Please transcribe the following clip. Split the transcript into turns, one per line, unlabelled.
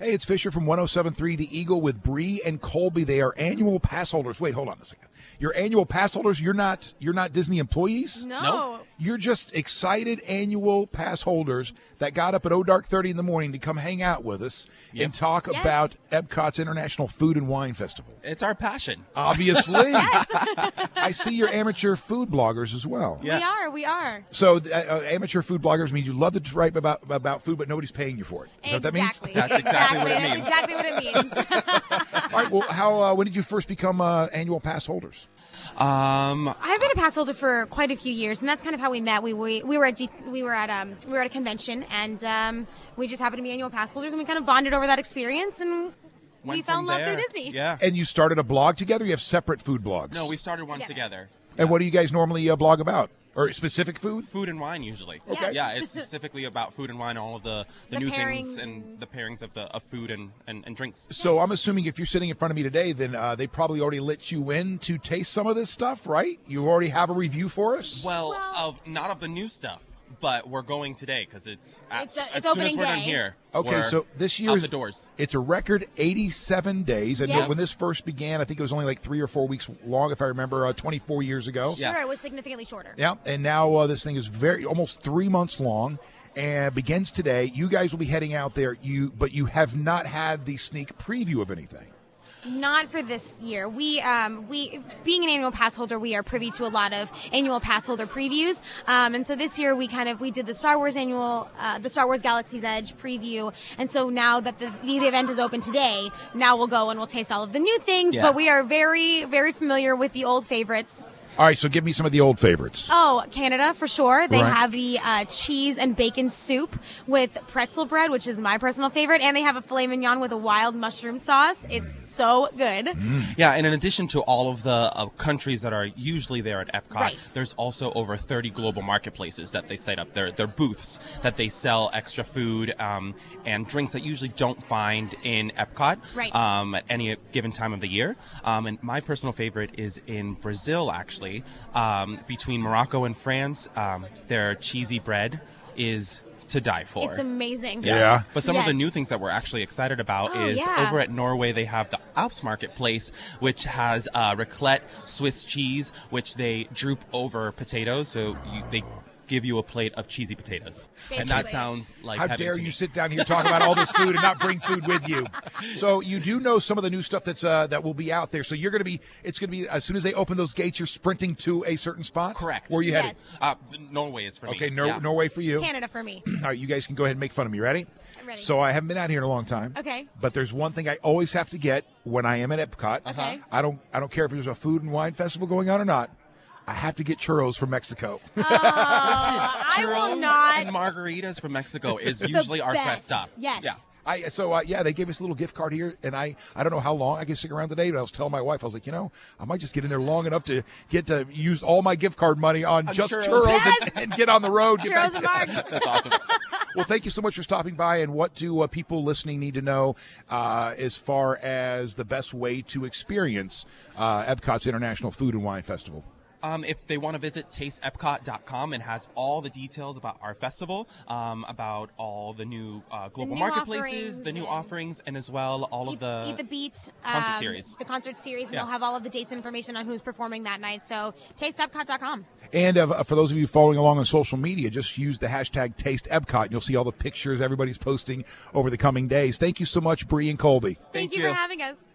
Hey, it's Fisher from 1073 The Eagle with Bree and Colby. They are annual pass holders. Wait, hold on a second. You're annual pass holders. You're not you're not Disney employees?
No.
You're just excited annual pass holders that got up at oh dark 30 in the morning to come hang out with us and talk
Yes.
about Epcot's International Food and Wine Festival.
It's our passion.
Obviously. I see your amateur food bloggers as well.
Yeah.
We are. We are.
So uh, uh, amateur food bloggers means you love to write about about food, but nobody's paying you for it. Is that what that means?
exactly.
That's exactly what it
That's
means.
exactly what it means.
All right. Well, how uh, when did you first become uh, annual pass holders?
Um,
I've been a pass holder for quite a few years, and that's kind of how we met. We we, we were at D, we were at um we were at a convention, and um we just happened to be annual pass holders, and we kind of bonded over that experience, and we
went
fell
from
in love
there.
through Disney.
Yeah.
And you started a blog together. You have separate food blogs.
No, we started one
Together.
together.
And what do you guys normally uh, blog about? Or specific food?
Food and wine usually.
Okay.
Yeah, it's specifically about food and wine, all of the, the,
The
new
pairings
things and the pairings of the of food and, and, and drinks.
So I'm assuming if you're sitting in front of me today, then uh, they probably already let you in to taste some of this stuff, right? You already have a review for us.
Well,
Well-
of not of the new stuff, but we're going today because it's,
It's,
as,
uh, it's
as soon as
opening
we're done
day.
here.
Okay,
we're
so this
out
year's
the doors.
It's a record 87 days, and
Yes.
when this first began, I think it was only like three or four weeks long, if I remember, uh, 24 years ago.
Yeah.
Sure, it was significantly shorter.
Yeah, and now uh, this thing is very almost three months long, and begins today. You guys will be heading out there. You but you have not had the sneak preview of anything.
Not for this year. We, um, we, being an annual pass holder, we are privy to a lot of annual pass holder previews. Um, and so this year we kind of, we did the Star Wars annual, uh, the Star Wars Galaxy's Edge preview. And so now that the, the event is open today, now we'll go and we'll taste all of the new things.
Yeah.
But we are very, very familiar with the old favorites.
All right, so give me some of the old favorites.
Oh, Canada for sure. They
Right.
have the uh, cheese and bacon soup with pretzel bread, which is my personal favorite, and they have a filet mignon with a wild mushroom sauce. It's so good.
Yeah, and in addition to all of the uh, countries that are usually there at Epcot,
Right.
there's also over 30 global marketplaces that they set up their their booths that they sell extra food um, and drinks that you usually don't find in Epcot
Right.
um, at any given time of the year. Um, and my personal favorite is in Brazil, actually, um, between Morocco and France. Um, their cheesy bread is to die for.
It's amazing.
Yeah.
But some of the
Yes.
new things that we're actually excited about
Oh,
is
yeah.
over at Norway, they have the Alps Marketplace, which has uh, raclette, Swiss cheese, which they droop over potatoes. So you, they give you a plate of cheesy potatoes. And that
Basically.
sounds like
How
heaven
dare
to
you
me.
sit down here talking about all this food and not bring food with you? So you do know some of the new stuff that's uh, that will be out there. So you're going to be it's going to be as soon as they open those gates, you're sprinting to a certain spot.
Correct.
Where are you
Yes.
headed?
Uh, Norway is for me.
Okay, Nor-
Yeah.
Norway for you.
Canada for me. Uh,
All right, you guys can go ahead and make fun of me. Ready?
I'm ready.
So I haven't been out here in a long time.
Okay.
But there's one thing I always have to get when I am at Epcot. Uh-huh.
Okay.
I don't I don't care if there's a food and wine festival going on or not. I have to get churros from Mexico.
Uh-huh. I will
Churros
not.
And margaritas from Mexico is usually our
best.
first stop.
Yes.
Yeah.
I so uh, yeah, they gave us a little gift card here, and I I don't know how long I can stick around today. But I was telling my wife, I was like, you know, I might just get in there long enough to get to use all my gift card money on just churros,
churros.
and, and get on the road. get back
Churros and margs.
That's awesome.
Well, thank you so much for stopping by. And what do uh, people listening need to know uh, as far as the best way to experience uh, Epcot's International Food and Wine Festival?
Um, if they want to visit tasteepcot.com, it has all the details about our festival, um, about all the new uh, global
new
marketplaces,
offerings
the new
and-
offerings, and as well all
Eat,
of the.
Eat the Beat
concert
um,
series.
The concert series, and
Yeah.
they'll have all of the dates and information on who's performing that night. So tasteepcot.com.
And uh, for those of you following along on social media, just use the hashtag TasteEpcot, and you'll see all the pictures everybody's posting over the coming days. Thank you so much, Bree and Colby.
Thank,
Thank
you
you.
for having us.